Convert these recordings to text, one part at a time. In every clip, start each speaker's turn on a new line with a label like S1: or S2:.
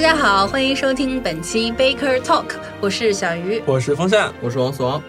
S1: 家好，欢迎收听本期 Baker Talk，我是小鱼。
S2: 我是风扇，
S3: 我是王思王，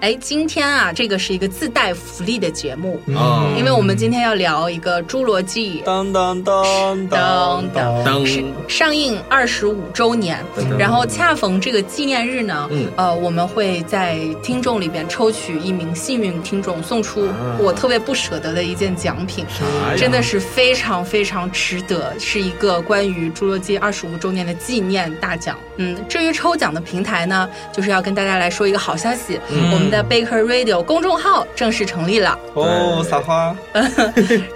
S1: 哎，今天啊，这个是一个自带福利的节目，
S3: 嗯
S1: 因为我们今天要聊一个《侏罗纪》
S2: 当当当当
S1: 当
S2: 当，
S3: 当
S1: 是上映二十五周年，然后恰逢这个纪念日呢，
S3: 嗯
S1: 呃，我们会在听众里边抽取一名幸运听众，送出
S3: 啊
S1: 我特别不舍得的一件奖品。
S3: 啥呀？
S1: 真的是非常非常值得，是一个关于《侏罗纪》二十五周年的纪念大奖。嗯，至于抽奖的平台呢，就是要跟大家来说一个好消息，
S3: 嗯
S1: 我们的 Baker Radio 公众号正式成立了。
S2: 哦，撒花，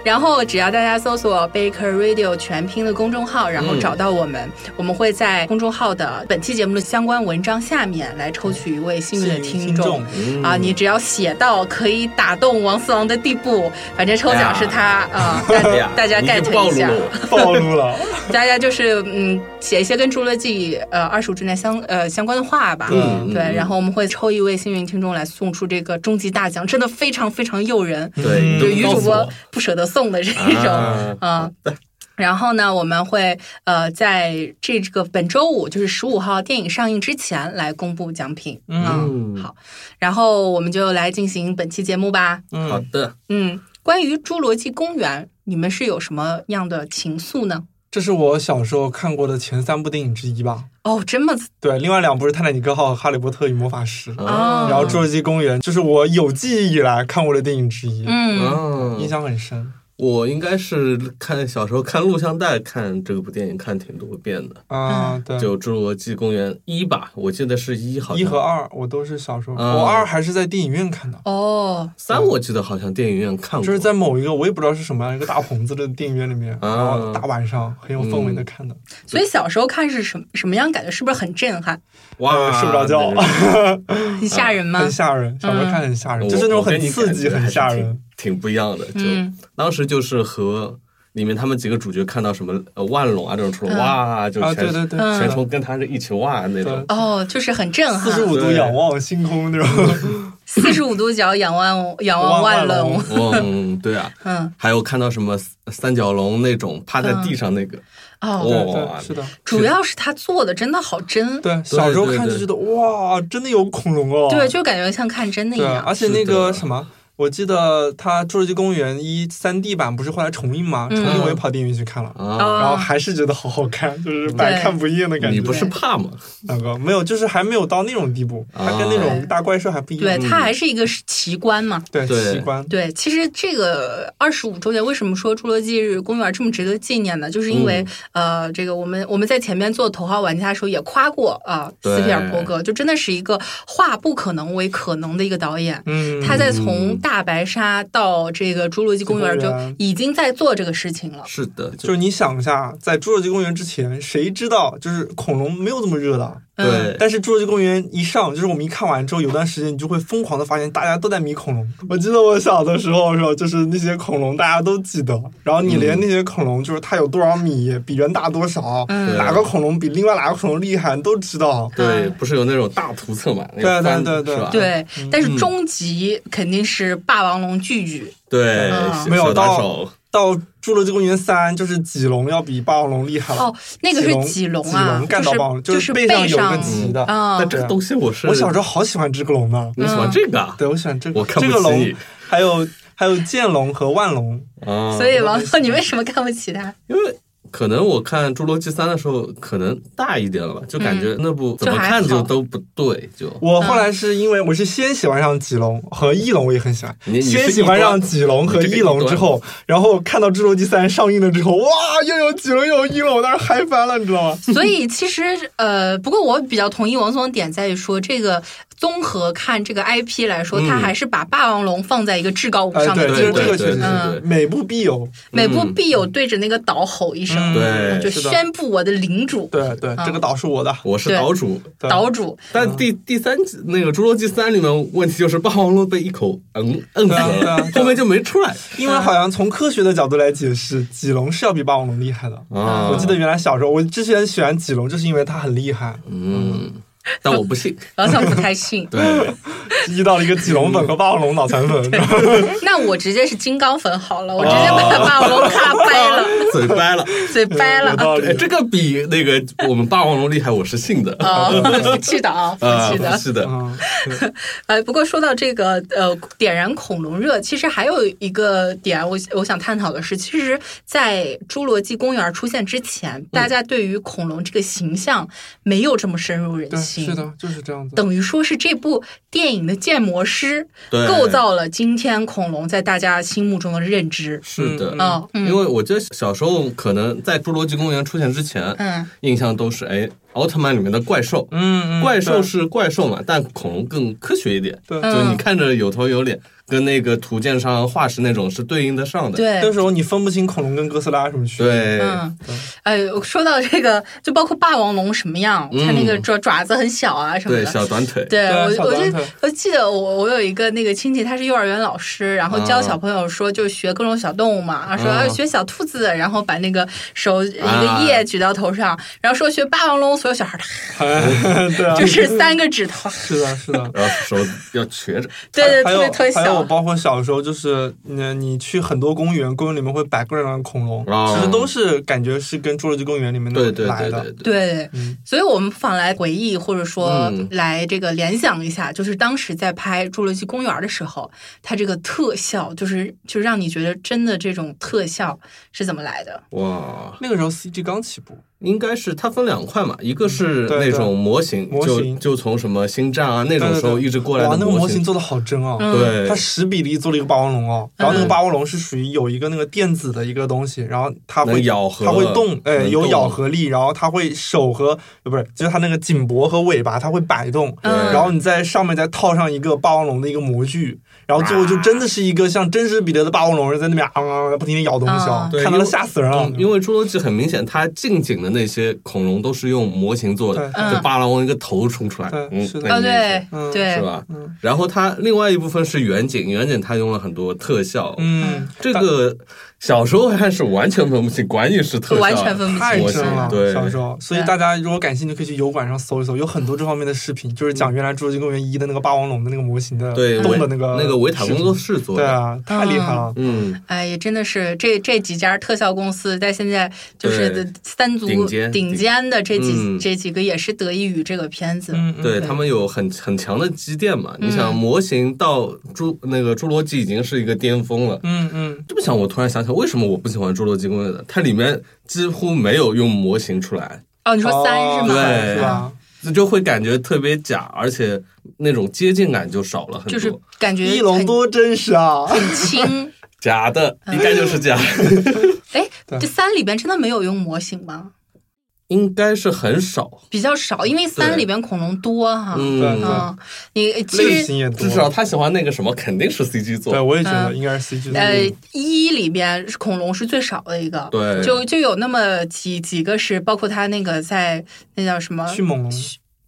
S1: 然后只要大家搜索 Baker Radio 全拼的公众号，然
S3: 嗯
S1: 后找到我们，我们会在公众号的本期节目的相关文章下面来抽取一位幸运的听众。
S3: 嗯
S1: 啊，你只要写到可以打动王四郎的地步，反正抽奖是他 啊，大
S3: 哎呀
S1: 大家
S3: 你就
S1: get
S3: 暴
S1: 一
S3: 露
S1: 下
S3: 了，我
S2: 暴露了，
S1: 大家就是嗯写一些跟《侏罗纪》呃二十五周年相呃相关的话吧，
S3: 嗯
S1: 对，
S3: 嗯
S1: 然后我们会抽一位幸运听众来送出这个终极大奖，真的非常非常诱人，
S3: 对，
S1: 就
S3: 你
S1: 嗯女
S3: 都
S1: 主
S3: 不告诉
S1: 播
S3: 我
S1: 不舍得送的 这种，
S3: 嗯啊
S1: 啊。然后呢，我们会呃在这个本周五，就是十五号电影上映之前来公布奖品。
S3: 嗯
S1: 好，然后我们就来进行本期节目吧。
S3: 好
S2: 嗯，
S3: 的，
S1: 嗯，关于《侏罗纪公园》，你们是有什么样的情愫呢？
S2: 这是我小时候看过的前三部电影之一吧？
S1: 哦，这么
S2: 对，另外两部是《泰坦尼克号》和《哈利波特与魔法石》，
S3: 嗯
S1: 哦
S2: 然后《侏罗纪公园》就是我有记忆以来看过的电影之一，
S1: 嗯
S2: 印
S3: 嗯，
S2: 象很深
S3: 我应该是看小时候看录像带看这部电影看挺多遍的，
S2: 啊，
S1: 嗯
S2: 对，
S3: 就《侏罗纪公园》一吧，我记得是一，好像
S2: 一和二我都是小时候，
S3: 嗯
S2: 我二还是在电影院看的。
S1: 哦，
S3: 三，我记得好像电影院看过，
S2: 就是在某一个我也不知道是什么样一个大棚子的电影院里面，
S3: 嗯
S2: 然后大晚上很有氛围的看的，
S1: 所以小时候看是什么什么样感觉？是不是很震撼、
S3: 哇
S2: 睡不着觉
S3: 那个
S1: 很吓人吗
S2: 嗯
S1: 嗯
S2: 很？吓人。小时候看很吓人，
S3: 我
S2: 就是那种
S3: 我跟
S2: 很
S3: 你
S2: 刺激、
S3: 感觉还
S2: 很
S3: 是
S2: 吓
S3: 挺
S2: 人。，
S3: 挺不一样的。就、
S1: 嗯
S3: 当时就是和里面他们几个主角看到什么呃万龙啊这种出来，哇，就
S2: 啊，
S3: 全、
S2: 对对对，
S1: 嗯
S3: 全程跟他是一起哇那种。
S1: 哦，就是很震撼
S2: 四，十五度
S3: 对
S2: 仰望星空 那种，
S1: 四十五度角仰望仰望
S2: 望
S1: 万
S2: 万
S1: 龙
S2: 龙，
S3: 哇嗯，对啊，
S1: 嗯，
S3: 还有看到什么三三角龙那种趴在地上那个，
S1: 哦，
S2: 对
S3: 哇
S2: 对是的，
S1: 主要是他做的真的好真，
S2: 对，小时候
S3: 啊对
S2: 看就
S3: 对啊
S2: 觉得哇，真的有恐龙哦，
S1: 对，就感觉像看真的一
S2: 对，
S1: 样。
S2: 而且
S3: 是
S2: 那
S3: 的
S2: 个什么。我记得他《侏罗纪公园》一三 D 版不是后来重映
S1: 嗯
S2: 吗？重映我也跑电影院去看了，
S1: 哦
S3: 啊，
S2: 然后还是觉得好好看，就是百看不厌的感
S3: 嗯
S2: 觉。
S3: 你不是怕吗？
S2: 大哥没有，就是还没有到那种地步，它跟那种大怪兽还不一
S1: 对
S2: 样。
S1: 他还是一个奇观嘛。
S2: 对
S3: 对
S2: 奇观，
S1: 对，其实这个二十五周年为什么说《侏罗纪公园》这么值得纪念呢？就是因为、
S2: 嗯
S1: 呃，这个我们我们在前面做头号玩家的时候也夸过啊、
S3: 对
S1: 斯皮尔伯格就真的是一个化不可能为可能的一个导演。
S2: 嗯，
S1: 他在从大白鲨到这个《侏罗纪公园》
S2: 公
S1: 就
S2: 园
S1: 已经在做这个事情了。
S3: 是的，就
S2: 就是你想一下，在《侏罗纪公园》之前，谁知道就是恐龙没有这么热的？
S1: 嗯，
S3: 对，
S2: 但是《侏罗纪公园》一上，就是我们一看完之后，有段时间你就会疯狂的发现大家都在迷恐龙。我记得我小的时候的时候，就是那些恐龙大家都记得，然后你连那些恐龙就是它有多少米，比人大多少，
S1: 嗯
S2: 哪个恐龙比另外哪个恐龙厉害，你都知道。
S3: 对，不是有那种大图册嘛？那
S2: 对
S3: 个
S2: 对
S3: 翻
S2: 对对
S3: 是吧？
S1: 对，
S2: 嗯
S1: 但是终极肯定是霸王龙巨巨，
S3: 对
S1: 嗯，
S2: 没有
S3: 手打
S2: 到
S3: 手，
S2: 到《侏罗纪公园三》，就是棘龙要比霸王龙厉害了。
S1: 哦，那个是
S2: 棘
S1: 龙
S2: 龙
S1: 啊，
S2: 棘干到霸王龙，
S1: 就是是
S2: 背
S1: 上
S2: 有个棘的。
S1: 啊
S3: 但，这个东西我是
S2: 我小时候好喜欢这个龙呢，
S3: 你
S1: 嗯
S3: 喜欢这个啊？
S2: 对我喜欢这个，
S3: 我看不
S2: 这个龙
S3: 起，
S2: 还有还有剑龙和万龙，
S3: 啊
S1: 所以王总，你为什么看不起他？
S3: 因为可能我看《侏罗纪三》的时候，可能大一点了吧，就感觉那部怎么看就都不对，就
S2: 我后
S3: 嗯
S2: 来是因为我是先喜欢上棘龙和翼龙，我也很喜欢。
S3: 你你是
S2: 先喜欢上棘龙和翼龙之后，然后看到《侏罗纪三》上映了之后，哇，又有棘龙又有翼龙，我当时嗨翻了，你知道吗？
S1: 所以其实呃，不过我比较同意王总的点在于说，这个综合看这个 IP 来说，
S3: 嗯
S1: 他还是把霸王龙放在一个至高无
S2: 哎，
S1: 上的
S2: 对，
S1: 地
S2: 就
S1: 位，
S3: 对嗯
S2: 是这个确
S3: 对
S2: 实是
S3: 对
S2: 每部必有，
S1: 每部必有对着那个岛吼一声，
S2: 嗯
S3: 对
S1: 就是
S2: 的
S1: 宣布我的领主、
S2: 对对，这个岛是我的，
S3: 我嗯是岛主。
S2: 对
S1: 岛主。
S3: 但第第三集那个《侏罗纪三》里面问题就是霸王龙被一口嗯摁死
S2: 对啊对
S3: 了
S2: 啊，
S3: 后面就没出来
S2: 因为好像从科学的角度来解释，棘龙是要比霸王龙厉害的。
S3: 啊。
S2: 我记得原来小时候，我之前喜欢棘龙，就是因为它很厉害。
S3: 嗯，但我不信。，
S1: 王总不太信
S3: 对，
S2: 遇到了一个棘龙粉和霸王龙脑残 粉。
S1: 那我直接是金刚粉好了，我直接把霸王龙卡掰了，
S3: 嘴掰了，
S1: 嘴掰
S2: 啊
S1: 了。
S3: 哎，这个比那个我们霸王龙厉害，我是信的。
S1: 啊，服 气的啊，
S3: 嗯
S1: 服气的，
S3: 是
S2: 嗯
S3: 的。
S2: 啊
S1: 呃，不过说到这个呃，点燃恐龙热，其实还有一个点，我我想探讨的是，其实，在《侏罗纪公园》出现之前，大家对于恐龙这个形象没有这么深入人心。
S2: 是的，就是这样子。
S1: 等于说是这部电影的建模师构造了今天恐龙在大家心目中的认知。
S3: 是的，
S1: 嗯，嗯
S3: 因为我觉得小时候可能在《侏罗纪公园》出现之前，
S1: 嗯，
S3: 印象都是哎。奥特曼里面的怪兽，
S2: 嗯，
S3: 怪兽是怪兽嘛，但恐龙更科学一点，
S2: 对，
S3: 就你看着有头有脸，跟那个图鉴上化石那种是对应得上的。
S1: 对，
S2: 那时候你分不清恐龙跟哥斯拉什么区
S3: 别。对，
S1: 嗯，哎，说到这个，就包括霸王龙什么样，它那个爪爪子很小啊什么的，
S3: 嗯对，小短腿。
S1: 对
S2: 啊
S1: 啊我，我
S2: 就
S1: 我记得我我有一个那个亲戚，他是幼儿园老师，然后教
S2: 嗯
S1: 小朋友说就学各种小动物嘛，然后说要啊学小兔子，然后把那个手一
S2: 啊
S1: 个叶举到头上，然后说学霸王龙。所有小孩
S2: 的，对啊，
S1: 就是三个指头，
S2: 是的，是的，
S3: 然后手要瘸着，
S1: 对对，
S2: 还
S1: 特别特别
S2: 有还有，
S1: 小。
S2: 包括小时候，就是你你去很多公园，公园里面会摆各种各样的恐龙，
S3: 哦
S2: 其实都是感觉是跟侏罗纪公园里面
S3: 对对
S2: 来
S3: 对
S2: 的
S3: 对。
S1: 对，
S2: 嗯
S1: 所以我们不妨来回忆，或者说
S3: 嗯
S1: 来这个联想一下，就是当时在拍《侏罗纪公园》的时候，它这个特效，就是就让你觉得真的这种特效是怎么来的？
S3: 哇，
S2: 那个时候 CG 刚起步，
S3: 应该是它分两块嘛，一个是
S2: 嗯对
S3: 那种模型，
S2: 模型
S3: 就就从什么星战啊那种时候
S2: 对对对
S3: 一直过来
S2: 哇，
S3: 的
S2: 那个模
S3: 型
S2: 型，做的好真哦。
S1: 嗯
S3: 对
S2: 它，十比例做了一个霸王龙哦，然后那个霸王龙是属于有一个那个电子的一个东西，然后它会
S3: 能咬合
S2: 它会动，哎，
S3: 能
S2: 有
S3: 动
S2: 咬合力，然后它会手和呃不是，就是它那个颈脖和尾巴它会摆动，
S1: 嗯
S2: 然后你在上面再套上一个霸王龙的一个模具，然后最后就真的是一个像真实彼得的霸王龙在那边啊啊啊不停的咬东西
S1: 啊
S2: 哦，
S3: 对
S2: 看
S3: 因
S2: 到
S3: 为
S2: 都吓死人了
S3: 嗯，因为侏罗纪很明显，它近景的那些恐龙都是用模型做的，
S2: 对
S3: 就霸王龙一个头冲出来，
S2: 对
S3: 嗯，
S2: 是的
S1: 啊，
S3: 那
S1: 对
S3: 个意思
S2: 嗯
S1: 嗯对
S3: 是，吧
S2: 嗯？
S3: 然后它另外一部分是远景，远景它用了很多特效，
S2: 嗯，
S3: 这个小时候看是完全分不清，管你是特效，
S1: 完全分不清
S2: 太
S3: 模
S2: 真
S3: 型
S2: 了，
S3: 对，
S2: 小时候，所以
S1: 对
S2: 大家如果感兴趣，可以去油管上搜一搜，有很多这方面的视频，就是讲原来《侏罗纪公园一》的那个霸王龙的那个模型的
S3: 对
S2: 动的
S3: 维
S2: 个
S3: 那
S2: 那
S3: 个维塔工作，室做
S2: 对
S3: 的，
S2: 啊，太厉害了，
S3: 嗯，
S1: 哎也真的是这这几家特效公司在现在就是
S3: 对
S1: 三足
S3: 顶尖
S1: 顶尖的这几、
S3: 嗯
S1: 这几个也是得益于这个片子，
S2: 嗯，嗯
S1: 对
S3: 对
S1: 嗯
S3: 他们有很很强的积淀嘛。你想，模型到侏那个侏罗纪已经是一个巅峰了。
S2: 嗯嗯，
S3: 这么想，我突然想起来，为什么我不喜欢《侏罗纪公园》的？它里面几乎没有用模型出来，
S1: 哦，你说三
S2: 哦
S1: 是吗？啊
S3: 对
S2: 是吧？
S3: 这就会感觉特别假，而且那种接近感就少了很多。
S1: 就是感觉
S2: 翼龙
S1: 很
S2: 多真实啊！
S1: 很轻。
S3: 假的，应该就是假，
S1: 哎，
S2: 对
S1: 这三里边真的没有用模型吗？
S3: 应该是很少。
S1: 比较少，因为三
S3: 对
S1: 里边恐龙多哈。
S2: 对
S3: 嗯，
S1: 嗯，你
S2: 类
S1: 其实
S2: 型也多
S3: 至，少他喜欢那个什么，肯定是 CG 做
S2: 对
S3: 的。
S2: 我也觉得
S1: 嗯
S2: 应该是 CG
S1: 呃
S2: 的。，
S1: 一里边是恐龙是最少的一个，
S3: 对
S1: 就就有那么几几个是，包括它那个在那叫什么
S2: 迅猛龙，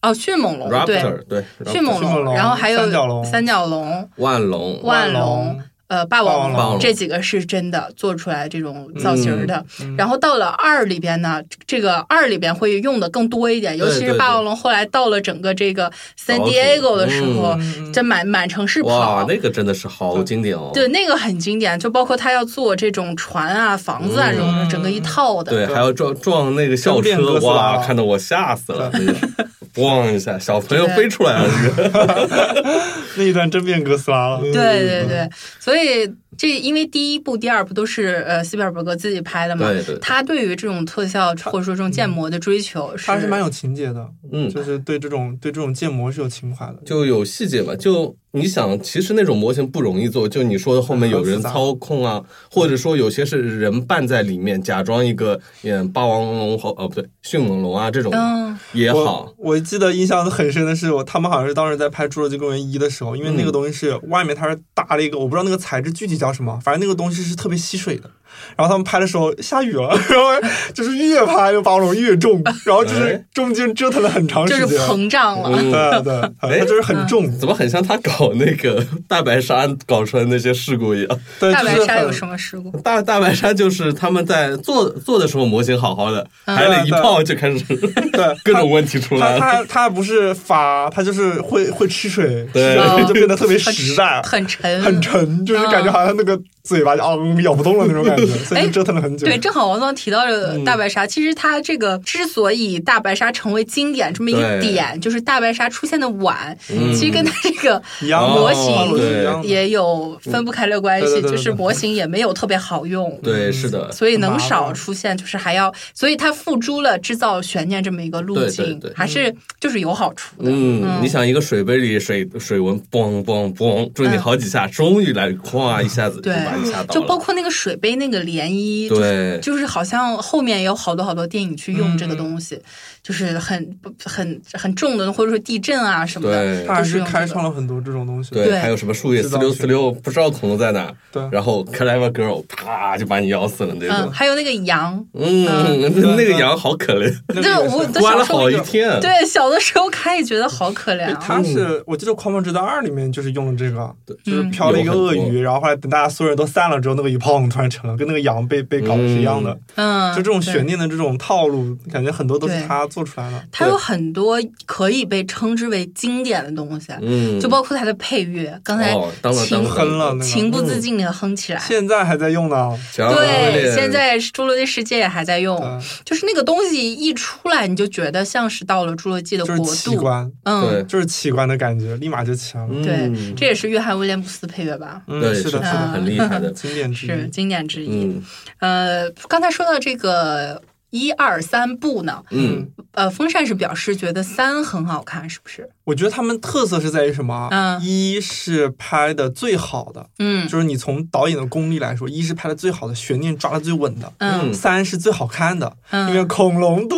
S1: 哦迅猛龙，对，
S3: Raptor 对，
S1: 迅
S3: Raptor
S1: 猛
S2: 迅猛龙
S1: 然后还有
S2: 三角龙
S1: 三角龙
S3: 万龙，
S1: 万
S2: 龙
S1: 龙。呃，霸王
S2: 霸王
S1: 龙
S3: 龙
S1: 这几个是真的做出来这种造型儿的，
S2: 嗯
S1: 然后到了二里边呢，这个二里边会用的更多一点，尤
S3: 对
S1: 其是
S3: 对
S1: 霸
S3: 对
S1: 王龙后来到了整个这个 San
S3: 岛主
S1: Diego 的时候，
S2: 嗯
S1: 这满满城市
S3: 哇
S1: 跑，，
S3: 那个真的是好经典哦。
S1: 对，那个很经典，就包括他要做这种船啊、房子啊这
S2: 嗯
S1: 种整个一套的，
S3: 对，还要撞撞那个校
S2: 真变
S3: 车
S2: 哥，斯拉
S3: 哇，看得我吓死了，那个 咣一下，小朋友
S1: 对
S3: 飞出来了，那个
S2: 那一段真变哥斯拉了。
S1: 对对对，所以这因为第一部、第二部都是呃斯皮尔伯格自己拍的嘛，
S3: 对对
S1: 他对于这种特效或者说这种建模的追求是
S2: 它嗯是蛮有情节的，
S3: 嗯，
S2: 就是对这种对这种建模是有情怀的。
S3: 就有细节嘛。就你想，其实那种模型不容易做，就你说的后面有人操控啊，或者说有些是人扮在里面，假装一个演霸王龙和哦不对迅猛龙啊这种
S1: 嗯
S3: 也好
S2: 我，我记得印象很深的是，我他们好像是当时在拍《侏罗纪公园一》的时候，因为那个
S3: 嗯
S2: 东西是外面它是搭了一个，我不知道那个材质具体叫什么，反正那个东西是特别吸水的，然后他们拍的时候下雨了，然后就是越拍就霸王龙越重，然后就是中间折腾了很长时
S1: 就是
S2: 间，
S1: 膨胀了。
S3: 嗯
S2: 对对，它就是很重，
S3: 怎么很像他搞那个 大白鲨搞出来那些事故一样？
S2: 对，
S1: 大白
S2: 就是
S1: 鲨有
S2: 很
S1: 什么 事故？
S3: 大大白鲨就是他们在做做的时候模型好好的，海里一泡就开始
S2: 对
S3: 各种问题出来
S2: 它
S3: 了。
S2: 它它不是发，它就是会会吃水，
S3: 对
S2: 吃水
S1: 哦
S2: 就变得特别实在，
S1: 很沉，
S2: 很。沉，就是感觉好像那个嘴巴就啊咬不动了那种感觉，所以就折腾了很久。
S1: 哎对，正好王总提到了
S2: 嗯
S1: 大白鲨，其实它这个之所以大白鲨成为经典这么一个
S3: 对
S1: 点，就是大白鲨出现的晚，
S3: 嗯
S1: 其实跟它这个
S2: 一样的
S1: 模
S3: 哦
S1: 型
S3: 对
S2: 一样的
S1: 也有分不开的关
S2: 对
S1: 系，
S2: 对对对
S1: 就是
S2: 对
S1: 模型也没有特别好用。
S3: 对，是的，
S1: 所以能
S2: 很麻
S1: 少
S2: 烦
S1: 出现，就是还要，所以它付诸了制造悬念这么一个路
S3: 对对
S1: 径，
S3: 对
S1: 还是
S2: 嗯
S1: 就是有好处的。
S3: 嗯，你想一个水杯里水水纹嘣嘣嘣追你好几下，终于来哐一下子就
S1: 对
S3: 把你吓到了。
S1: 就包括那个水杯那个涟漪，就是
S3: 对，
S1: 就是好像后面有好多好多电影去用
S2: 嗯
S1: 这个东西，就是很很很重的，或者说地震啊什么的，
S3: 对
S2: 它还
S1: 都
S2: 是
S1: 是用这个
S2: 开创了很多这种东西。
S3: 对，
S1: 对
S3: 还有什么树叶
S2: 知
S3: 四
S2: 道
S3: 六
S2: 是
S3: 四六，不知道恐龙在哪，
S2: 对
S3: 然后 Clever Girl 啪就把你咬死了那
S1: 嗯，
S3: 种，
S1: 还有那个羊，
S3: 嗯，那
S2: 对
S3: 那个
S2: 对
S3: 羊好可怜，
S2: 那
S1: 对
S2: 个也 是
S1: 我都
S3: 关
S1: 小
S3: 了
S1: 时候
S3: 好一
S1: 有
S3: 天，
S1: 对，小的时候看也觉得好可怜啊。
S2: 哎它是我记得《狂风直到二》里面就是用了这个，就是
S1: 嗯
S2: 飘了一个鳄
S3: 有很多
S2: 鱼，然后后来等大家所有人都散了之后，那个一胖突然成了，跟那个羊被被搞的是一样的。
S1: 嗯，
S2: 就这种
S1: 对
S2: 悬。念的这种套路，感觉很多都是
S1: 对
S2: 他做出来的。
S1: 它有很多可以被称之为经典的东西，
S3: 嗯，
S1: 就包括它的配乐，刚才
S3: 哦当了
S1: 情
S3: 当
S2: 哼了那个嗯
S1: 情不自禁的哼起来。
S2: 现在还在用呢，
S1: 对，现在是《侏罗纪世界》也还在用，
S2: 对
S1: 就是那个东西一出来，你就觉得像是到了侏罗纪的
S2: 就
S1: 国
S2: 是奇
S1: 度，
S2: 观，
S1: 嗯，
S3: 对
S2: 就是奇观的感觉，立马就起来了。
S1: 对，
S3: 嗯
S1: 这也是约翰威廉姆斯配乐吧？
S2: 嗯，
S3: 对
S2: 是的，是
S1: 的
S3: 很厉害的，
S2: 经典之
S1: 嗯是
S2: 一。
S1: 经典之一。
S3: 嗯
S1: 呃，刚才说到这个一二三部呢，
S3: 嗯，
S1: 呃，风扇是表示觉得三很好看，是不是？
S2: 我觉得他们特色是在于什么啊？
S1: 嗯
S2: 一是拍的最好的，
S1: 嗯
S2: 就是你从导演的功力来说，一是拍的最好的，悬念抓的最稳的。
S1: 嗯
S3: 嗯
S2: 三是最好看的，因为
S1: 嗯
S2: 恐 龙多，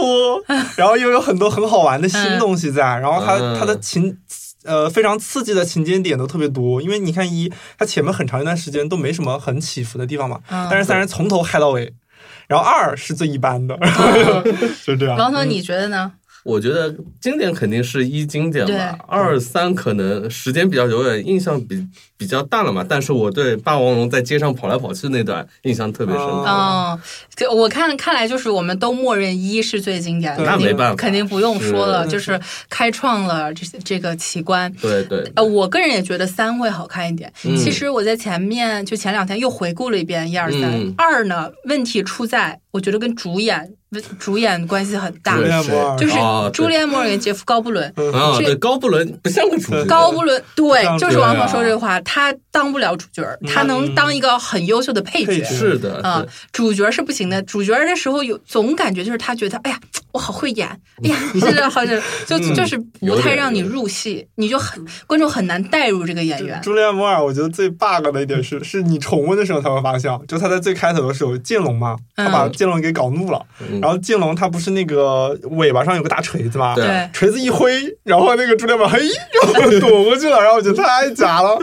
S2: 然后又有很多很好玩的
S1: 嗯
S2: 新东西在，然后它
S3: 嗯
S2: 它的情呃非常刺激的情节点都特别多，因为你看一，它前面很长一段时间都没什么很起伏的地方嘛，
S1: 嗯
S2: 但是三人从头嗨到尾，然后二是最一般的， 就这样。
S1: 嗯王总，你觉得呢？
S3: 我觉得经典肯定是一经典
S1: 对嗯
S3: 吧，二三可能时间比较久远，印象比比较淡了嘛。但是我对霸王龙在街上跑来跑去那段印象特别深刻。
S2: 嗯
S1: 哦，这我看看来就是我们都默认一是最经典的，
S2: 对
S3: 那
S1: 肯定
S3: 没办法
S1: 肯定不用说了，
S2: 是
S1: 就是开创了这这个奇观。
S3: 对对，
S1: 呃，我个人也觉得三会好看一点。
S3: 嗯
S1: 其实我在前面就前两天又回顾了一遍一二三
S3: 嗯
S1: 二呢，问题出在我觉得跟主演问主演关系很大
S2: 朱，
S3: 对
S2: 丽安摩尔
S1: 就是
S3: 哦对
S1: 朱丽安·摩尔跟杰夫·高布伦。
S3: 啊，
S1: 这
S3: 对高布伦不像个主角，
S1: 高布伦对，
S2: 像
S1: 就是
S3: 对
S1: 王总
S3: 啊
S1: 说这话，他当不了主角儿，他能当一个很优秀的配
S2: 配
S1: 角
S2: 角。
S3: 是 的，
S1: 啊
S3: 对，
S1: 主角是不行的。主角的时候有总感觉就是他觉得，哎呀，我好会 演，哎呀，这个好像就
S2: 嗯
S1: 就是不
S3: 有
S1: 太
S3: 点
S1: 让你
S3: 有点
S1: 入戏，你就很观众很难带入这个演员。
S2: 朱莉安·摩尔，我觉得最 bug 的一点是，是你重温的时候才会发现，就他在最开头的时候，剑龙嘛，他把
S1: 嗯
S2: 剑龙给搞怒了，
S3: 嗯
S2: 然后剑龙它不是那个尾巴上有个大锤子嘛，
S3: 对
S1: 对，
S2: 锤子一挥，然后那个朱丽安嘿，然后躲过去了，然后我觉得太假了，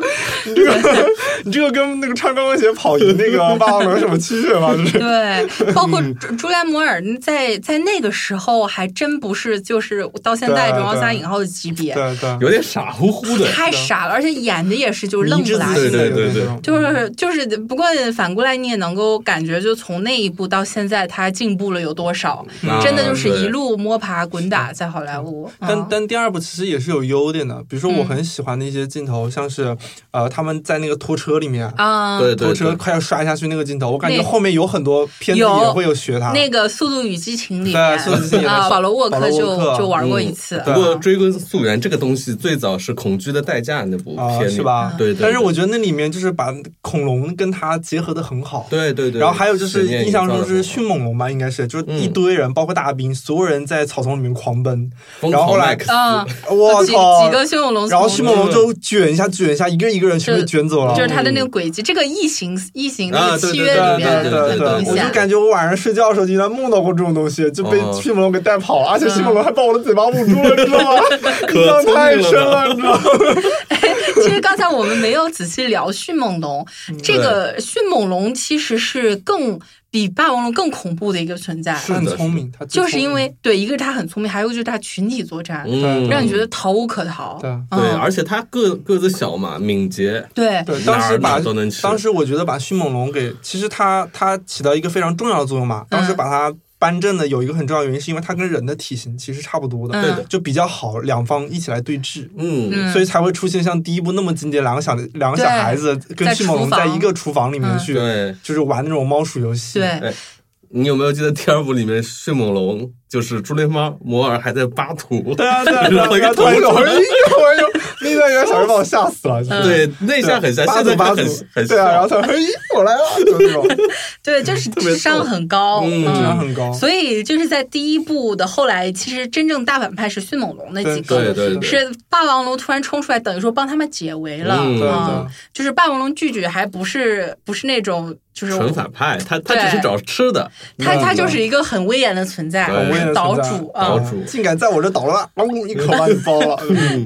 S2: 你这个 你这个跟那个穿高跟鞋跑赢那个霸王龙有什么区别吗？ 就是
S1: 对，包括
S2: 嗯
S1: 朱朱莱摩尔在在那个时候还真不是就是到现在
S2: 对啊
S1: 中奥斯卡
S2: 对
S1: 影后的级别，
S2: 对啊对，
S3: 有点傻乎乎的，
S1: 太傻了，而且演的也是就是愣啊
S2: 迷
S1: 不
S2: 之
S1: 拉几
S2: 自信
S1: 的。
S2: 的
S3: 对
S2: 有
S3: 对
S2: 那
S3: 对
S2: 种
S1: 就是就是，不过反过来你也能够感觉，就从那一步到现在，他进步了有多少？
S3: 啊
S1: 真的就是一
S3: 对
S1: 路摸爬滚打在好莱坞。
S2: 嗯但
S1: 嗯
S2: 但第二部其实也是有优点的，比如说我
S1: 嗯
S2: 很喜欢的一些镜头，像是呃他们在那个拖车里面，
S1: 啊，
S3: 对对
S2: 拖车
S3: 对，
S2: 快要摔下去那个镜头，我感觉
S1: 那
S2: 后面有很多片子
S1: 有
S2: 也会有学他。
S1: 那个《速度与激情》里
S2: 对
S1: 面
S2: 速度与激情里面
S1: 啊，保罗沃
S2: 保
S1: 克
S2: 罗沃
S1: 就
S2: 克
S1: 就玩过
S3: 嗯
S1: 一次。
S3: 不过
S1: 嗯
S3: 追根溯源，这个东西最早是《恐惧的代价》那部
S2: 啊、
S3: 片里
S2: 是
S1: 嗯
S2: 吧？
S3: 对对，
S2: 但是
S3: 对
S2: 我觉得那里面就是把恐龙跟它结合的很好。
S3: 对对对，
S2: 然后还有就是
S3: 悬念
S2: 印象
S3: 营
S2: 中
S3: 造
S2: 就是
S3: 得
S2: 迅猛龙吧，应该是就是
S3: 嗯
S2: 一堆人，包括大兵，所有人在草丛里面狂奔，
S3: 疯
S2: 然后
S3: 狂嗯
S2: 后来
S3: Max
S1: 啊，
S2: 我
S1: 几
S2: 靠
S1: 几！个迅猛龙，
S2: 然后迅猛龙就卷一下卷一下，一个一个人全被卷走了
S1: 就。是他的那个轨迹，这个异形异形那
S3: 啊
S1: 个
S3: 对
S1: 契
S3: 对
S1: 约里
S2: 嗯对
S1: 面
S2: 对对
S1: 有
S2: 对，
S1: 明
S2: 我就
S1: 显。
S2: 感觉我晚上睡觉的时候经常梦到过这种东西，就被
S1: 嗯
S3: 哦
S2: 迅猛龙给带跑了，而
S1: 嗯
S2: 且迅猛龙还把我的嘴巴捂住了，你知道吗？印象太深了，你知道吗？
S1: 其实刚才我们没有仔细聊迅猛龙，
S3: 嗯
S1: 这个迅猛龙其实是更比霸王龙更恐怖的一个存在。
S2: 他很聪明，他
S1: 就是因为对，一个是他很聪明，还有一个就是他群体作战，
S3: 嗯
S1: 让你觉得逃无可逃。
S2: 对啊
S1: 嗯
S3: 对，而且它个个子小嘛，敏捷，
S1: 对
S2: 对，
S3: 哪
S2: 当时
S3: 儿哪
S2: 把
S3: 儿都能吃
S2: 当时我觉得把迅猛龙给，其实它它起到一个非常重要的作用嘛。当时把它扳正的有一个很重要的原因，是因为它跟人的体型其实差不多的，
S1: 嗯对的
S2: 就比较好两方一起来对峙。
S3: 嗯
S1: 嗯
S2: 所以才会出现像第一部那么经典，两个小两个小
S1: 对
S2: 孩子跟
S1: 在
S2: 迅猛
S1: 厨
S2: 龙在
S1: 房
S2: 一个厨房里面
S1: 嗯
S2: 去，
S3: 对。
S2: 就是玩那种猫鼠游戏。
S1: 对，
S3: 你有没有记得第二部里面迅猛龙就是朱丽猫摩尔还在扒土？
S2: 对啊，对啊，对 啊，
S3: 然后一
S2: 对啊
S3: 个
S2: 突然
S3: 头
S2: 有人，
S3: 颅
S2: 突然有另外一个小人把我吓死了。就是
S1: 嗯
S3: 对，那一下很像，
S2: 八
S3: 现
S2: 组
S3: 在
S2: 八
S3: 看
S2: 组
S3: 很很，
S2: 对啊，然后
S3: 像。
S2: 他说：“哎，我来了。”就那种，
S1: 对，就是
S3: 嗯别
S1: 智商
S3: 逗
S1: 很高，
S3: 嗯
S2: 质量很高。
S1: 所以就是在第一部的后来，其实真正大反派是迅猛龙那几
S2: 对
S1: 个，
S3: 对对对，
S1: 是霸王龙突然冲出来，等于说帮他们解围了
S3: 嗯对
S1: 啊。就是霸王龙拒绝，还不是不是那种就是
S3: 纯反派，他他
S1: 对
S3: 只是找吃的，
S1: 他
S2: 嗯
S1: 他就是一个很威严的存在，
S3: 对很威
S2: 严的
S1: 岛
S2: 存在
S1: 主啊。
S3: 岛
S1: 嗯
S3: 主
S2: 竟敢在我这捣乱，咣一口把你 包了。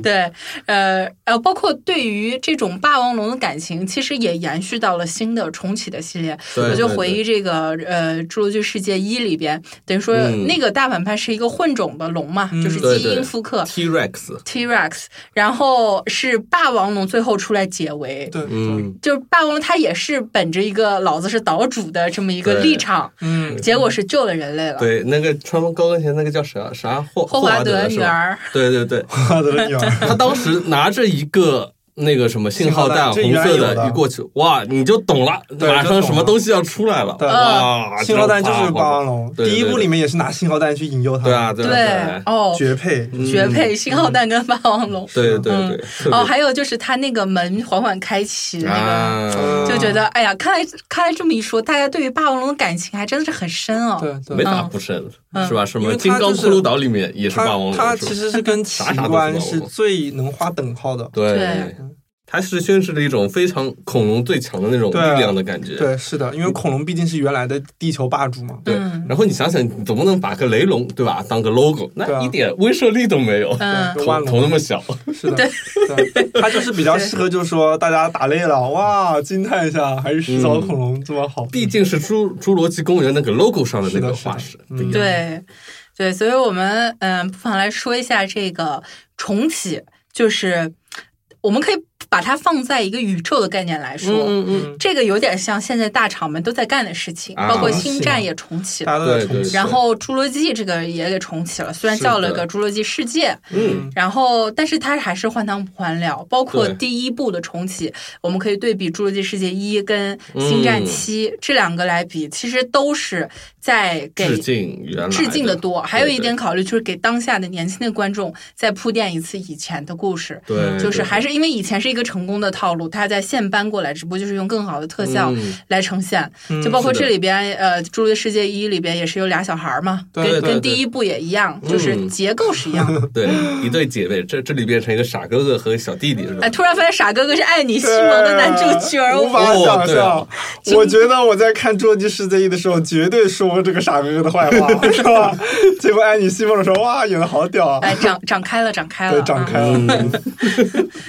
S1: 对，呃呃，包括对于这种霸王龙的感情，其实也延续到了新的重启的系列。
S3: 对
S1: 我就
S3: 对
S1: 回
S3: 对
S1: 忆这个呃《侏罗纪世界一》里边，等于说
S3: 嗯
S1: 那个大反派是一个混种的龙嘛，就是
S3: 对
S1: 基
S3: 对
S1: 因复刻。
S3: T Rex，
S1: T-Rex，然后是霸王龙最后出来解围，
S2: 对，
S3: 嗯，
S1: 就是霸王龙它也是本着一个老子是岛主的这么一个
S3: 对
S1: 立场，
S2: 嗯，
S1: 结果是救了人类了。
S3: 对，那个穿高跟鞋那个叫啥啥霍
S1: 霍华
S3: 华
S1: 德
S3: 是
S1: 女
S3: 吧？
S1: 儿，
S3: 对对对，
S2: 我的女 儿，
S3: 他当时拿着一个那个什么信号弹，
S2: 信
S3: 红
S2: 号弹
S3: 色
S2: 这原来有的
S3: 一过去，哇，你就懂了，
S2: 对
S3: 马
S2: 就懂
S3: 上
S2: 了
S3: 什么东西要出来了，
S2: 对
S3: 哇，
S2: 信号弹就是霸王
S3: 龙，
S2: 龙。
S3: 对对
S2: 第一
S3: 对
S2: 部里面也是拿信号弹去引诱他，
S3: 对啊，，对啊
S1: 哦，
S2: 绝配。
S3: 对啊，
S1: 绝
S3: 嗯，
S1: 配信号弹跟霸王龙。
S3: 对对对
S1: 嗯
S3: 对，特别
S1: 哦，还有就是他那个门缓缓开启那个。
S3: 啊，
S1: 嗯就觉得，哎呀，看来看来这么一说，大家对于霸王龙的感情还真的是很深哦。
S2: 对对
S3: 没打不深，
S1: 嗯
S3: 是吧？什
S2: 因
S3: 么
S2: 为
S3: 《
S2: 它
S3: 金刚
S2: 就是
S3: 骷髅岛》里面也是
S2: 他
S3: 霸王龙，
S2: 他
S3: 是吧
S2: 其实是跟奇
S3: 啥啥都是霸
S2: 观
S3: 王
S2: 是
S3: 龙
S2: 最能划等号的。
S3: 对
S1: 对，
S3: 它是宣示了一种非常恐龙最强的那种
S2: 对啊
S3: 力量的感觉。
S2: 对，是的，因为恐龙毕竟是原来的地球霸 主嘛。
S3: 对
S1: 嗯，
S3: 然后你想想，你总不能把个雷龙对吧当个 logo，
S2: 对
S3: 那
S2: 啊
S3: 一点威慑力都没有，
S1: 嗯
S2: 对
S3: 头
S2: 就万
S3: 头那
S2: 龙，
S3: 么小，
S2: 是的，对，它就是比较适合，就是说大家打累了，哇，惊叹一下，还是食草恐龙这么好。
S3: 毕竟是侏侏罗纪公园那个 logo 上的那个
S2: 是的
S3: 化
S2: 是
S3: 石
S2: 的，
S3: 不一样。
S1: 嗯对，对，所以我们嗯，不妨来说一下这个重启，就是我们可以把它放在一个宇宙的概念来说，
S3: 嗯嗯
S2: 嗯
S1: 这个有点像现在大厂们都在干的事情，
S3: 啊
S1: 包括
S3: 是
S1: 星
S2: 啊
S1: 战也重启了，
S2: 大家都在
S3: 对
S2: 重
S3: 对
S2: 启，
S1: 然后侏罗纪这个也给重启了，虽然
S3: 是
S1: 叫了
S3: 的
S1: 个侏罗纪世界，
S3: 嗯，
S1: 然后，但是它还是换汤不换药，包括
S3: 对
S1: 第一部的重启，我们可以对比《侏罗纪世界一》跟《星
S3: 嗯
S1: 战七》这两个来比，其实都是在给
S3: 致敬原来
S1: 致敬的多。还有
S3: 对
S1: 一点考虑就是给当下的年轻的观众再铺垫一次以前的故事。
S3: 对，
S1: 嗯就是
S3: 对
S1: 还是因为以前是一个成功的套路，它在现搬过来，只不过就是用更好的特效
S3: 嗯
S1: 来呈现。
S2: 嗯
S1: 就包括
S3: 是的
S1: 这里边，呃，《侏罗纪世界一》里边也是有俩小孩儿嘛，
S2: 对
S1: 跟
S3: 对
S1: 跟
S3: 对
S1: 第一部也一样，就是
S3: 嗯
S1: 结构是一样的。
S3: 对一对姐妹，这这里变成一个傻哥哥和小弟弟是吧
S1: 哎，？突然发现傻哥哥是爱你西蒙的男主角，
S2: 对无
S1: 我
S2: 法
S3: 哦
S2: 想
S3: 对
S2: 象
S3: 啊。
S2: 我觉得我在看《侏罗纪世界一》的时候，绝对说过这个傻哥哥的坏话， 是吧？结果安妮西蒙的时候，哇，演的好屌啊！
S1: 哎，长长开了，长开了，
S2: 对，长开
S1: 啊。
S2: 了，嗯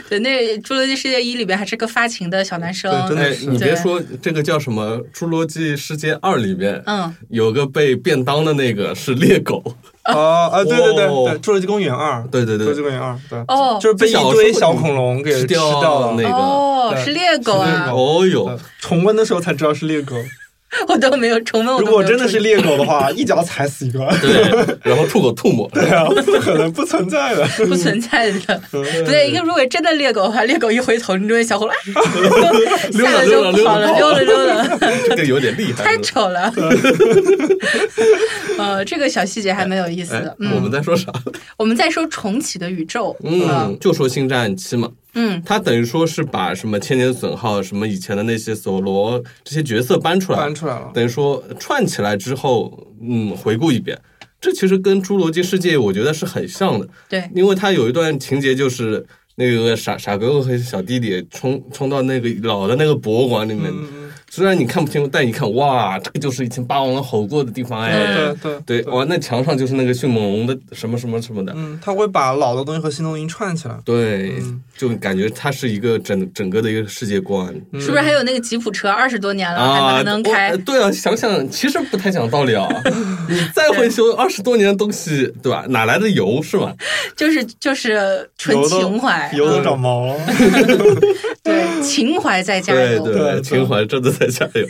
S1: 对，那《侏罗纪世界一》里边还是个发情的小男生，
S2: 对真的
S3: 哎，
S2: 是
S3: 你
S1: 对
S3: 别说这个叫什么《侏罗纪世界二》里面，
S1: 嗯，
S3: 有个被便当的那个是猎狗，
S2: 哦啊，对对对
S3: 哦
S2: 对，《侏罗纪公园二》，
S3: 对对对
S2: 侏罗纪公园二》，对，
S1: 哦
S2: 就是被一堆小恐龙给
S3: 吃
S2: 吃
S3: 掉
S2: 掉了。
S3: 那个，
S1: 哦，
S2: 对
S1: 是猎狗
S2: 是猎
S1: 啊
S2: 狗，
S3: 哦
S2: 对
S3: 哟，
S2: 呃重温的时候才知道是猎狗。
S1: 我都没有重温，我
S2: 如
S1: 都
S2: 果
S1: 哦没有
S2: 真的
S1: 注
S2: 是
S1: 意，
S2: 猎狗的话，一脚踩死一个。
S3: 对，然后吐口吐沫，
S2: 对啊，不可能，不存 在的。
S1: 不存在的。
S2: 嗯
S1: 不对，一个如果真的猎狗的话，猎狗一回头，你这位小 伙伴
S3: 溜
S1: 吓
S3: 达
S1: 得
S3: 溜达
S1: 哎就跑了，溜
S3: 溜
S1: 了溜了。
S3: 这个有点厉害
S1: 太。丑了，
S2: 嗯
S1: 呃，这个小细节还蛮有意思
S3: 哎
S1: 的。，
S3: 我
S1: 嗯，
S3: 们在说啥？
S1: 我们再说重启的宇宙，啊
S3: 嗯，就说《星战七》嘛，
S1: 嗯，
S3: 它等于说是把什么千年损耗、什么以前的那些索罗这些角色搬出来，
S2: 搬出来了。
S3: 等于说串起来之后，嗯，回顾一遍，这其实跟《侏罗纪世界》我觉得是很像的，
S1: 对，
S3: 因为它有一段情节就是。那个傻傻哥哥和小弟弟冲冲到那个老的那个博物馆里面，
S2: 嗯，
S3: 虽然你看不清楚，但一看哇，这个就是以前霸王龙吼过的地方哎。
S2: 对对
S3: 对，哇，那墙上就是那个迅猛龙的什么什么什么的。
S2: 嗯，他会把老的东西和新的东西串起来。
S3: 对
S2: 嗯，
S3: 就感觉它是一个整整个的一个世界观
S2: 嗯
S1: 是不是还有那个吉普车，二十多年了、还
S3: 啊。
S1: 还能
S3: 我
S1: 开
S3: 呃？对啊，想想其实不太讲道 理啊。你再会修二十多年的东西，对吧？哪来的油是吧？
S1: 就是就是纯
S2: 油都
S1: 情怀，嗯
S2: 油都长毛。
S1: 对情怀再加
S3: 对
S1: 油。
S2: 对
S3: 情怀真的在加油。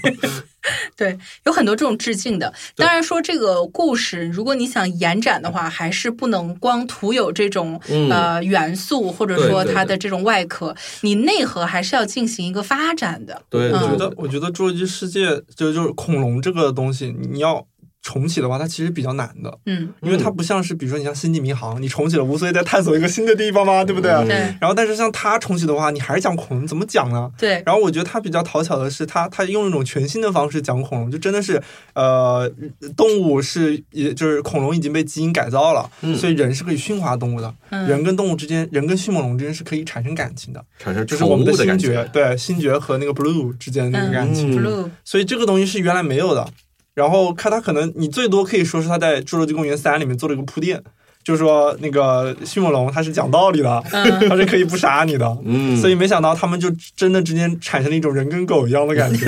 S1: 对，有很多这种致敬的。
S3: 对
S1: 当然说这个故事，如果你想延展的话，还是不能光徒有这种、
S3: 嗯
S1: 呃元素，或者
S3: 对
S1: 说
S3: 对
S1: 它
S3: 对
S1: 的这种外壳，你内核还是要进行一个发展的。
S3: 对，
S2: 我
S1: 嗯
S2: 觉
S3: 对
S2: 得，我觉得《侏罗纪世界》就就是恐龙这个东西，你要重启的话，它其实比较难的，
S1: 嗯，
S2: 因为它不像是比如说你像《星际迷航》，你重启了，无非在探索一个新的地方啊嘛，对不对？
S3: 嗯
S1: 对
S2: 然后，但是像它重启的话，你还是讲恐龙，怎么讲呢？
S1: 对
S2: 然后我觉得他比较讨巧的是他，他用一种全新的方式讲恐龙，就真的是，呃，动物是也就是恐龙已经被基因改造了，
S3: 嗯
S2: 所以人是可以驯化动物的，人
S1: 嗯，
S2: 跟动物之间，人跟迅猛龙之间是可以产生感情的，
S3: 产生
S2: 就是我们
S3: 宠物的
S2: 星
S3: 感
S2: 爵，
S3: 觉。
S2: 对星爵和那个 Blue 之间的那个感情，
S3: 嗯
S1: blue
S2: 所以这个东西是原来没有的。然后看它可能你最多可以说是他在《侏罗纪公园三》里面做了一个铺垫，就是说那个迅猛龙它是讲道理的，
S1: 嗯
S2: 它是可以不杀你的，
S3: 嗯，
S2: 所以没想到他们就真的之间产生了一种人跟狗一样的感觉，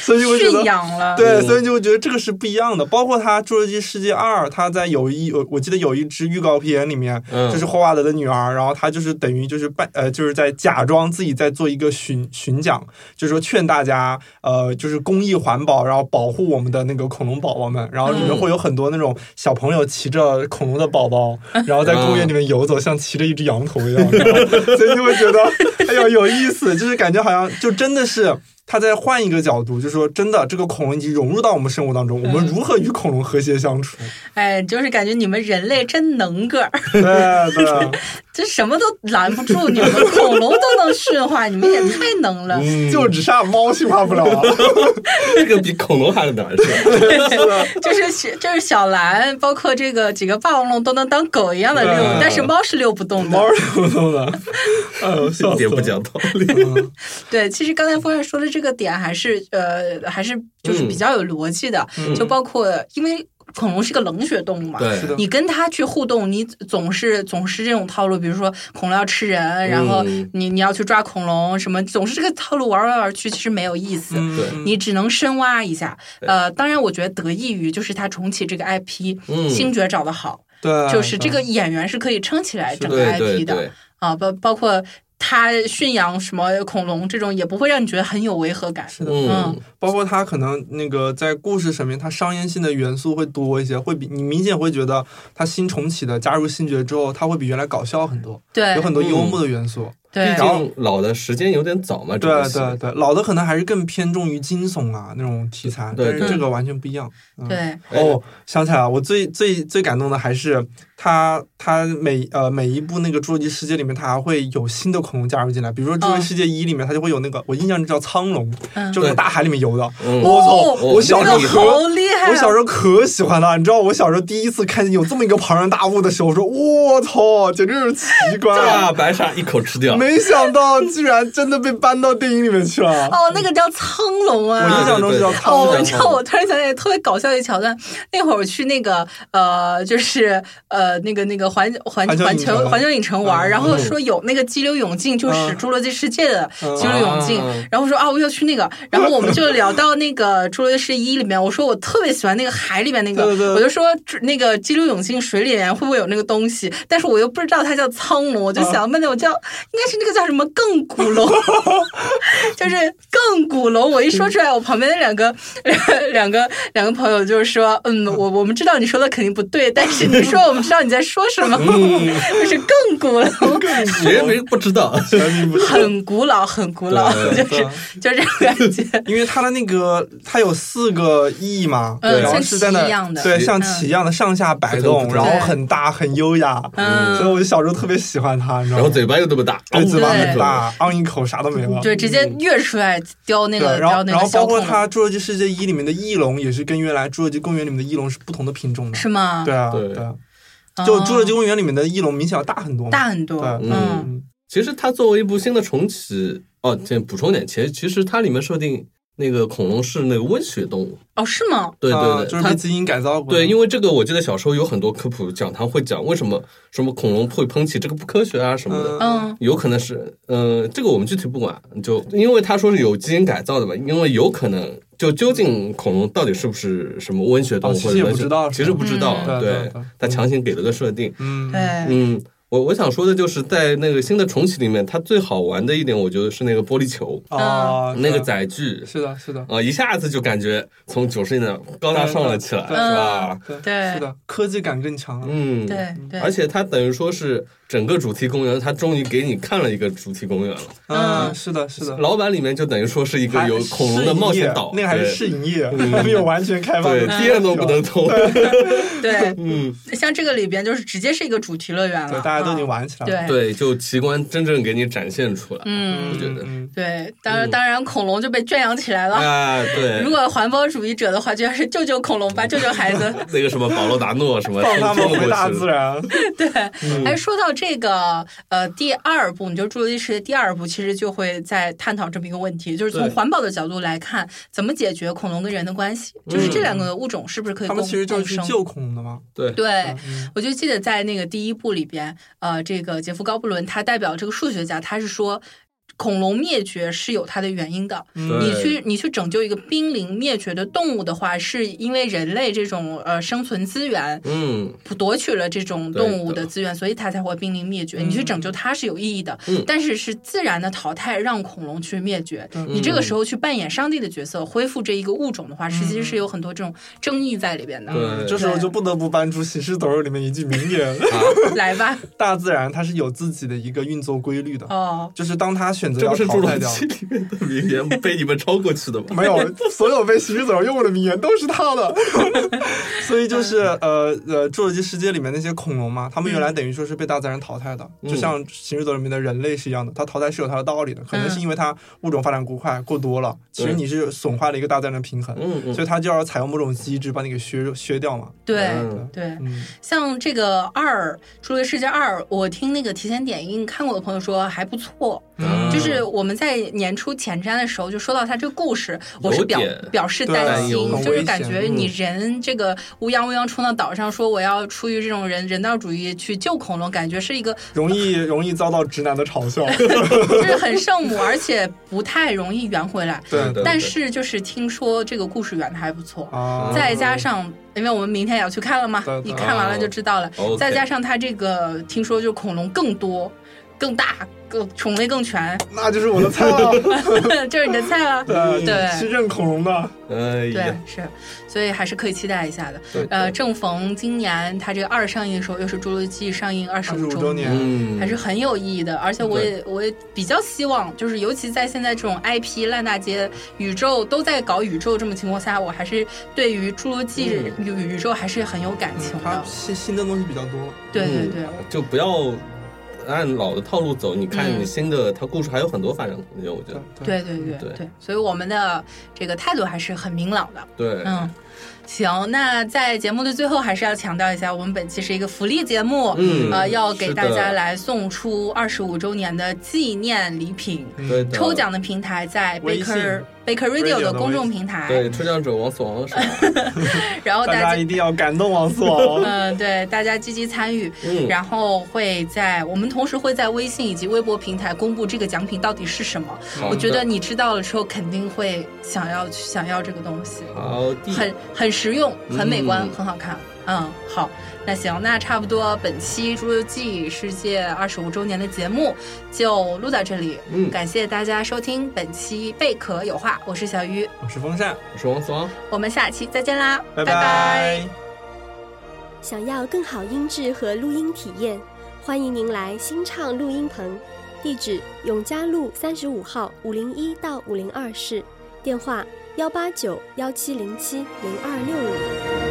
S2: 所以就会觉
S1: 驯
S2: 得。
S1: 养了。
S2: 对，所以就会觉得这个是不一样的。包括他《侏罗纪世界二》，他在有一有，我记得有一支预告片里面，
S3: 嗯
S2: 就是霍华德的女儿，然后她就是等于就是扮呃，就是在假装自己在做一个巡巡讲，就是说劝大家呃，就是公益环保，然后保护我们的那个恐龙宝宝们。然后里面
S3: 嗯
S2: 会有很多那种小朋友骑着恐龙的宝宝， 然后在公园里面游走，像骑着一只羊头一样， 然后所以就会觉得哎呦有意思，就是感觉好像就真的是。他再换一个角度，就说真的，这个恐龙已经融入到我们生活当中，我们如何与恐龙和谐相 处？
S1: 哎，就是感觉你们人类真能个儿，
S2: 对对。
S1: 这什么都拦不住你们，恐龙都能驯化，你们也太能了。
S3: 嗯
S2: 就只差猫驯化不了啊。
S3: 这个比恐龙还难受。
S1: 就是小就是小蓝，包括这个几个霸王龙都能当狗一样的
S2: 对
S1: 遛，但是猫是遛不动的
S2: 猫。是不动的， 哎呦，笑
S3: 一
S2: 死
S3: 点不
S2: 了。
S3: 讲道理。
S2: 嗯
S1: 对，其实刚才风扇说的这个点还是呃，还是就是
S2: 嗯
S1: 比较有逻辑的，就包括因为恐龙是个冷血动物嘛。
S3: 对
S2: 是的
S1: 你跟它去互动，你总是总是这种套路，比如说恐龙要吃人，然后
S3: 嗯
S1: 你你要去抓恐龙，什么总是这个套路玩玩玩去，其实没有意思。
S3: 对
S2: 嗯
S1: 你只能深挖一下。呃，当然，我觉得得益于就是它重启这个 IP，、
S3: 嗯
S1: 星爵找的好，
S2: 对，
S1: 就是这个演员是可以撑起来整个
S3: 对对
S1: IP 的
S3: 对，
S1: 啊，包包括他驯养什么恐龙这种，也不会让你觉得很有违和感。
S2: 是的，
S3: 嗯，
S2: 包括它可能那个在故事上面，它商业性的元素会多一些，会比你明显会觉得它新重启的加入星爵之后，它会比原来搞笑很多，
S1: 对嗯
S2: 有很多幽默的元素。
S1: 对
S3: 毕竟老的时间有点早嘛，这
S2: 对
S3: 个戏
S2: 对对，老的可能还是更偏重于惊悚啊那种题材，但
S3: 对
S2: 是
S1: 对哎
S2: 这个完全不一样。嗯
S1: 对，
S3: 哎
S2: 哦，想起来了，我最最最感动的还是他，他每呃每一部那个《侏罗纪世界》里面，他还会有新的恐龙加入进来，比如说《侏罗
S1: 嗯
S2: 纪世界一》里面，它就会有那个，我印象中叫苍龙，
S1: 嗯
S2: 就是
S3: 对
S2: 大海里面游的。
S3: 嗯
S2: 我
S1: 哦
S2: 操！我小时候
S1: 那个好
S2: 可。
S1: 厉害啊！
S2: 我小时候可喜欢它，你知道我小时候第一次看见有这么一个庞然大物的时候，我说我操，简直是奇观啊！
S3: 大白鲨一口吃掉，
S2: 没想到居然真的被搬到电影里面去了。
S1: 哦，那个叫苍龙
S2: 我印
S1: 啊。
S2: 象中是叫苍
S1: 哦，
S2: 龙
S1: 你，知道我突然想起来特别搞笑的一桥段，那会儿我去那个呃，就是呃那个那个环环环
S2: 环球影城
S1: 球环球影城玩儿，
S2: 嗯
S1: 然后说有那个激流勇进，就是
S2: 嗯
S1: 侏罗纪世界的
S2: 嗯
S1: 激流勇进，
S3: 啊
S1: 然后说啊我要去那个，然后我们就聊到那个 侏罗纪世界一里面，我说我特别喜欢那个海里面那个，
S2: 对对对
S1: 我就说这那个激流勇进水里面会不会有那个东西，但是我又不知道它叫苍 龙，我就想了半天，我叫应该是那个叫什么亘古龙。就是更古龙。我一说出来，我旁边的两个 两个两个朋友就是说，嗯，我我们知道你说的肯定不对，但是你说我们知道你在说什么，
S2: 嗯
S1: 就是更古 龙，
S3: 谁没不知道？
S2: 全民不
S1: 很古老，很古老，
S3: 对
S1: 就是就是这种感觉。
S2: 因为它的那个它有四个翼嘛，
S1: 嗯
S2: 然后
S1: 像
S2: 是在
S1: 旗
S2: 那
S1: 一样的嗯
S2: 对，
S3: 旗
S2: 像旗一样的上下摆
S3: 嗯
S2: 动，然后
S1: 对
S2: 很大很优雅，
S1: 嗯
S2: 所以我就小时候特别喜欢它，你知道
S3: 然
S2: 吗？
S3: 后嘴巴又这么大，
S2: 对嘴巴很
S1: 对
S2: 大，昂一口啥都没了。嗯
S1: 对，直接跃出来叼那
S2: 对，
S1: 个
S2: 然
S1: 叼
S2: 后
S1: 那
S2: 然
S1: 个
S2: 后
S1: 小
S2: 包括
S1: 恐
S2: 它
S1: 龙，
S2: 《侏罗纪世界一》里面的翼龙也是跟原来《侏罗纪公园》里面的翼龙是不同的品种的。
S1: 是吗？
S2: 对啊，
S3: 对
S2: 对啊，就《侏罗纪
S1: 哦
S2: 公园》里面的翼龙明显要大很多嘛。
S1: 大很多，
S2: 对
S1: 嗯
S2: 嗯，
S3: 其实它作为一部新的重启，哦，先补充点，其实其实它里面设定那个恐龙是那个温血动物。
S1: 哦，是吗？
S3: 对对对，
S2: 啊就是
S3: 它
S2: 被基因改造过的。
S3: 对，因为这个我记得小时候有很多科普讲堂会讲为什么什么恐龙会喷气，这个不科学啊什么的。
S1: 嗯，
S3: 有可能是，呃，这个我们具体不管，就因为他说是有基因改造的嘛，因为有可能就究竟恐龙到底是不是什么温血动物
S2: 哦其
S3: 或
S2: 实
S3: 者
S2: 也
S3: 温
S2: 不
S3: 血
S2: 知道
S3: 其实不知道，
S2: 嗯对对
S3: 对
S2: 对，
S3: 他强行给了个设定，
S2: 嗯，
S1: 对，
S3: 嗯。我我想说的就是，在那个新的重启里面，它最好玩的一点，我觉得是那个玻璃球，
S2: 啊，
S1: 嗯
S3: 那个
S2: 对
S3: 载具，
S2: 是的，是的，
S3: 啊、一下子就感觉从九十年代高大上了起来，是
S2: 对
S3: 吧？
S2: 对，
S1: 对
S2: 是的，科技感更强了。
S3: 嗯，
S1: 对对，
S3: 而且它等于说是整个主题公园，它终于给你看了一个主题公园了。
S1: 嗯
S2: 嗯，是的，是的。
S3: 老板里面就等于说是一个
S2: 还
S3: 有恐龙的冒险岛，
S2: 那个 还是
S3: 对嗯
S2: 试营业，没有完全开放的
S3: 对，
S2: 地方，
S3: 电都不能通。
S1: 对，
S3: 嗯，
S1: 像这个里边就是直接是一个主题乐园了，
S2: 对，大家都已经
S1: 嗯
S2: 玩起来了。
S1: 对
S3: 对，就奇观真正给你展现出来。
S1: 嗯，
S2: 嗯，
S3: 我觉得
S2: 嗯哎
S1: 对，当然
S3: 嗯
S1: 当然恐龙就被圈养起来了。
S3: 啊，
S1: 如
S3: 对，
S1: 果环保主义者的话，就要是救救恐龙吧，救救孩子。
S3: 那个什么保罗达诺什么，
S2: 放他们
S3: 冲
S2: 回大
S3: 过去嗯
S2: 自。然。
S1: 对，哎，说到这个，呃，第二部，你就《侏罗纪世界》第二部，其实就会在探讨这么一个问题，就是从
S3: 对
S1: 环保的角度来看，怎么解决恐龙跟人的关系，就是这两个物种是不是可以
S2: 嗯他
S1: 共
S2: 们其实就
S1: 共
S2: 是去
S1: 生？
S2: 救恐龙的嘛。
S3: 对，
S1: 对，
S2: 嗯
S1: 我就记得在那个第一部里边，呃，这个杰夫·高布伦他代表这个数学家，他是说。恐龙灭绝是有它的原因的。
S2: 嗯
S3: 对
S1: 你去你去拯救一个濒临灭绝的动物的话，是因为人类这种呃生存资源
S3: 嗯，
S1: 夺取了这种
S3: 对的
S1: 动物的资源，所以它才会濒临灭绝。你去拯救它是有意义的
S3: 嗯，
S1: 但是是自然的淘汰让恐龙去灭绝。你
S3: 嗯
S1: 这个时候去扮演上帝的角色，恢复这一个物种的话，实际是有很多这种争议在里边的。
S3: 嗯对
S2: 这时候嗯就不得不搬出《行尸走肉》里面一句名 言：
S1: 来吧，
S2: 大自然它是有自己的一个运作规律的，
S1: 哦，
S2: 就是当它选择
S3: 这
S2: 要
S3: 不是
S2: 淘
S3: 侏
S2: 汰
S3: 罗
S2: 掉，
S3: 纪里面的名言被你们超过去的吧？
S2: 没有，所有被行尸走肉用过的名言都是他的，所以就是呃呃，侏罗纪世界里面那些恐龙嘛，他们原来等于说是被大自然淘汰的，
S3: 嗯
S2: 就像行尸走肉里面的人类是一样的，它淘汰是有它的道理的，可能
S1: 嗯
S2: 是因为它物种发展过快过多了，其实
S3: 对
S2: 你是损坏了一个大自然的平衡，
S3: 嗯嗯
S2: 所以它就要采用某种机制把你给削削掉嘛。
S1: 对
S3: 嗯
S1: 对，
S2: 嗯，
S1: 像这个二《侏罗纪世界二》，我听那个提前点映看过的朋友说还不错。
S3: 嗯
S1: 就是我们在年初前瞻的时候就说到他这个故事，我是表
S3: 有点
S1: 表示担心
S3: 对有，
S1: 就是
S2: 很
S1: 感
S2: 危
S1: 觉
S2: 险嗯
S1: 你人这个乌泱乌泱冲到岛上，说我要出于这种人人道主义去救恐龙，感觉是一个
S2: 容易容易遭到直男的嘲笑。
S1: 就是很圣母，而且不太容易圆回来。
S2: 对
S3: 对
S1: 但是就是听说这个故事圆的还不错，
S2: 啊，
S1: 再加上因为我们明天也要去看了嘛
S2: 对，啊对
S1: 你看完了就知道了。
S3: OK
S1: 再加上它这个听说就是恐龙更多、更大、更种类更全，
S2: 那就是我的菜 了。
S1: 这是你的菜啊了。
S2: 对是
S1: 对
S2: 认恐龙的。
S1: 对
S3: 哎呀，
S1: 是，所以还是可以期待一下的
S3: 对。
S1: 呃，正逢今年它这个二上映的时候，又是《侏罗纪》上映二十
S2: 25周
S1: 周
S2: 年
S3: 嗯，
S1: 还是很有意义的。而且我也我也比较希望，就是尤其在现在这种 IP 烂大街、宇宙都在搞宇宙这么情况下，我还是对于侏罗纪宇、宇宙还是很有感情
S2: 它
S1: 的。
S2: 新新的东西比较多。
S1: 对对对，
S3: 嗯就不要按老的套路走。你看
S1: 嗯
S3: 你新的，它故事还有很多发展空间，我觉
S2: 对
S3: 得。
S1: 对对对
S3: 对
S1: 对，所以我们的这个态度还是很明朗的。
S3: 对，
S1: 嗯，行，那在节目的最后，还是要强调一下，我们本期是一个福利节目，
S3: 嗯
S1: 呃，要给
S3: 是
S1: 大
S3: 的
S1: 家来送出二十五周年的纪念礼品。
S2: 嗯
S3: 对的
S1: 抽奖的平台在
S2: 微信
S1: Baker Baker
S2: Radio
S1: Radio 的
S2: 的
S1: 公众
S2: 微
S1: 平台
S3: 对，，抽奖者王死亡是吧？
S1: 然后
S2: 大
S1: 大
S2: 家
S1: 家。
S2: 一。定要感动哦王思 王
S1: 嗯，对，大家积极参与，
S3: 嗯
S1: 然后会在我们同时会在微信以及微博平台公布这个奖品到底是什么。
S3: 嗯好
S1: 我觉得
S3: 的
S1: 你知道了之后，肯定会想要去想要这个东西。
S3: 好的，
S1: 很很实用，很美观，
S3: 嗯
S1: 很好看。嗯，好，那行，那差不多本期《侏罗纪世界》二十五周年的节目就录到这里。
S3: 嗯
S1: 感谢大家收听本期《贝壳有话》，我是小鱼，
S2: 我是风扇，
S3: 我是王死亡。
S1: 我们下期再见啦，
S2: 拜
S1: 拜
S4: 想要更好音质和录音体验，欢迎您来新唱录音棚，地址永嘉路三十五号五零一到五零二室，电话幺八九幺七零七零二六五。